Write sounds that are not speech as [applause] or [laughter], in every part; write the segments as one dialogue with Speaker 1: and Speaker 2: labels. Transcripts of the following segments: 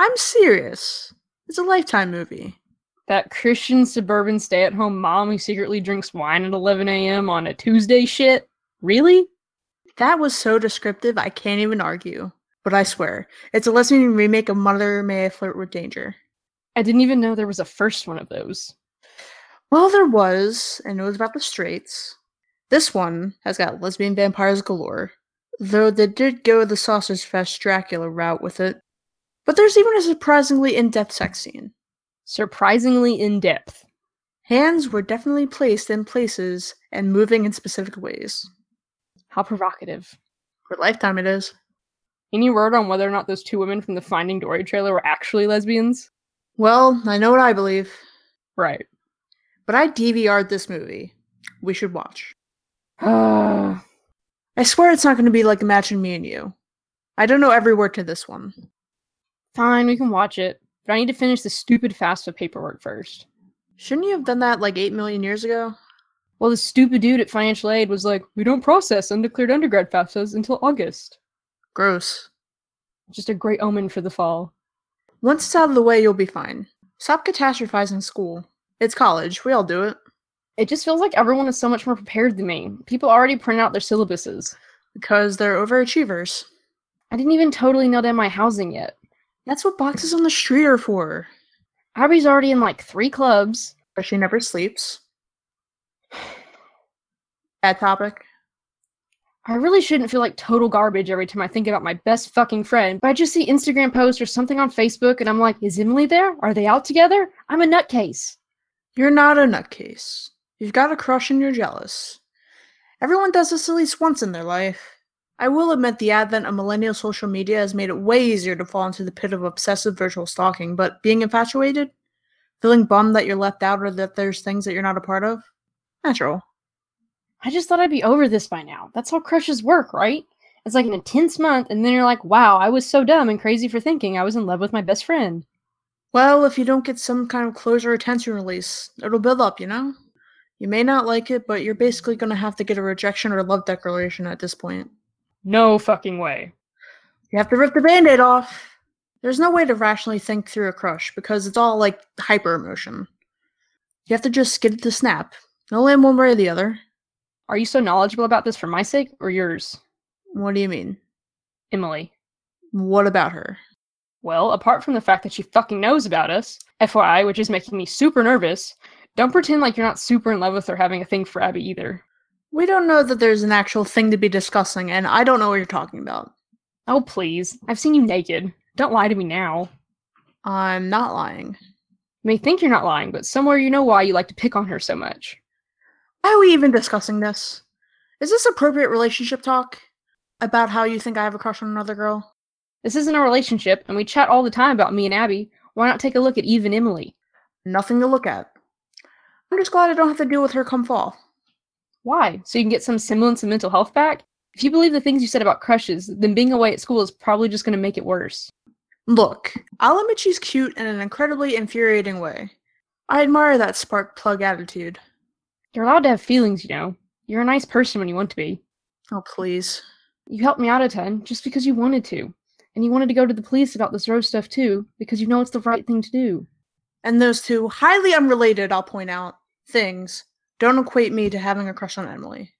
Speaker 1: I'm serious. It's a lifetime movie.
Speaker 2: That Christian suburban stay at home mom who secretly drinks wine at 11 a.m. on a Tuesday shit? Really?
Speaker 1: That was so descriptive, I can't even argue. But I swear, it's a lesbian remake of Mother May I Flirt with Danger.
Speaker 2: I didn't even know there was a first one of those.
Speaker 1: Well, there was, and it was about the straights. This one has got lesbian vampires galore, though they did go the Sausage Fest Dracula route with it. But there's even a surprisingly in depth sex scene.
Speaker 2: Surprisingly in depth.
Speaker 1: Hands were definitely placed in places and moving in specific ways.
Speaker 2: How provocative.
Speaker 1: For Lifetime, it is.
Speaker 2: Any word on whether or not those two women from the Finding Dory trailer were actually lesbians?
Speaker 1: Well, I know what I believe,
Speaker 2: Right. [sighs]
Speaker 1: but I DVR'd this movie. We should watch.
Speaker 2: Uh,
Speaker 1: I swear it's not going to be like Imagine Me and You. I don't know every word to this one.
Speaker 2: fine, we can watch it. But I need to finish the stupid FAFSA paperwork first.
Speaker 1: Shouldn't you have done that like 8 million years ago?
Speaker 2: Well, the stupid dude at financial aid was like, we don't process undeclared undergrad FAFSAs until August.
Speaker 1: Gross.
Speaker 2: Just a great omen for the fall.
Speaker 1: Once it's out of the way, you'll be fine. Stop catastrophizing school. It's college. We all do it.
Speaker 2: It just feels like everyone is so much more prepared than me. People already print out their syllabuses.
Speaker 1: Because they're overachievers.
Speaker 2: I didn't even totally nail down my housing yet.
Speaker 1: That's what boxes on the street are for.
Speaker 2: Abby's already in like three clubs.
Speaker 1: But she never sleeps. [sighs] Bad topic.
Speaker 2: I really shouldn't feel like total garbage every time I think about my best fucking friend, but I just see Instagram posts or something on Facebook and I'm like, is Emily there? Are they out together? I'm a nutcase.
Speaker 1: You're not a nutcase. You've got a crush and you're jealous. Everyone does this at least once in their life. I will admit the advent of millennial social media has made it way easier to fall into the pit of obsessive virtual stalking, but being infatuated? Feeling bummed that you're left out or that there's things that you're not a part of? Natural.
Speaker 2: I just thought I'd be over this by now. That's how crushes work, right? It's like an intense month, and then you're like, wow, I was so dumb and crazy for thinking I was in love with my best friend.
Speaker 1: Well, if you don't get some kind of closure or tension release, it'll build up, you know? You may not like it, but you're basically going to have to get a rejection or love declaration at this point.
Speaker 2: No fucking way.
Speaker 1: You have to rip the band aid off. There's no way to rationally think through a crush because it's all like hyper emotion. You have to just get it to snap. It'll land one way or the other.
Speaker 2: Are you so knowledgeable about this for my sake or yours,
Speaker 1: What do you mean?
Speaker 2: Emily?
Speaker 1: What about her?
Speaker 2: Well, apart from the fact that she fucking knows about us, FYI, which is making me super nervous, don't pretend like you're not super in love with her having a thing for Abby either.
Speaker 1: We don't know that there's an actual thing to be discussing, and I don't know what you're talking about.
Speaker 2: Oh, please. I've seen you naked. Don't lie to me now.
Speaker 1: I'm not lying.
Speaker 2: You may think you're not lying, but somewhere you know why you like to pick on her so much.
Speaker 1: Why are we even discussing this? Is this appropriate relationship talk? About how you think I have a crush on another girl?
Speaker 2: This isn't a relationship, and we chat all the time about me and Abby. Why not take a look at Eve and Emily?
Speaker 1: Nothing to look at. I'm just glad I don't have to deal with her come fall.
Speaker 2: Why? So you can get some semblance of mental health back? If you believe the things you said about crushes, then being away at school is probably just going to make it worse.
Speaker 1: Look, I'll admit she's cute in an incredibly infuriating way. I admire that spark plug attitude.
Speaker 2: You're allowed to have feelings, you know. You're a nice person when you want to be.
Speaker 1: Oh, please.
Speaker 2: You helped me out a ton just because you wanted to. And you wanted to go to the police about this Rose stuff too, because you know it's the right thing to do.
Speaker 1: And those two highly unrelated, I'll point out, things don't equate me to having a crush on Emily.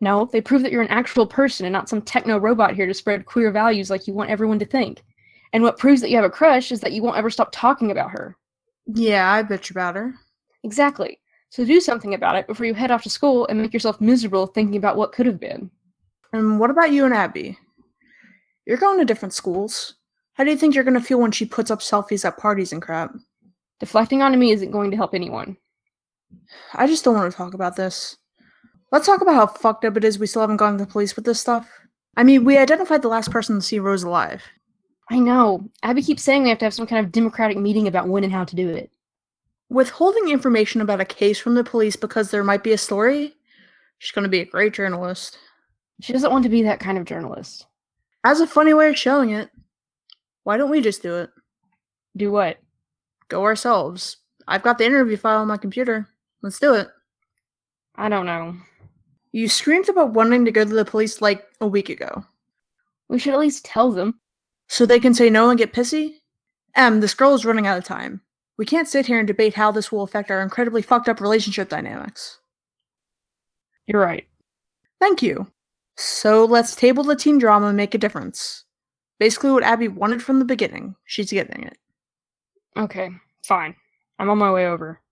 Speaker 2: No, they prove that you're an actual person and not some techno robot here to spread queer values like you want everyone to think. And what proves that you have a crush is that you won't ever stop talking about her.
Speaker 1: Yeah, I bitch about her.
Speaker 2: Exactly. So do something about it before you head off to school and make yourself miserable thinking about what could have been.
Speaker 1: And what about you and Abby? You're going to different schools. How do you think you're going to feel when she puts up selfies at parties and crap?
Speaker 2: Deflecting onto me isn't going to help anyone.
Speaker 1: I just don't want to talk about this. Let's talk about how fucked up it is we still haven't gone to the police with this stuff. I mean, we identified the last person to see Rose alive.
Speaker 2: I know. Abby keeps saying we have to have some kind of democratic meeting about when and how to do it.
Speaker 1: withholding information about a case from the police because there might be a story, she's going to be a great journalist.
Speaker 2: She doesn't want to be that kind of journalist.
Speaker 1: As a funny way of showing it, why don't we just do it?
Speaker 2: Do what?
Speaker 1: Go ourselves. I've got the interview file on my computer. Let's do it.
Speaker 2: I don't know.
Speaker 1: You screamed about wanting to go to the police like a week ago.
Speaker 2: We should at least tell them.
Speaker 1: So they can say no and get pissy? M, this girl is running out of time. We can't sit here and debate how this will affect our incredibly fucked up relationship dynamics.
Speaker 2: You're right.
Speaker 1: Thank you. So let's table the teen drama and make a difference. Basically, what Abby wanted from the beginning. She's getting it.
Speaker 2: Okay, fine. I'm on my way over.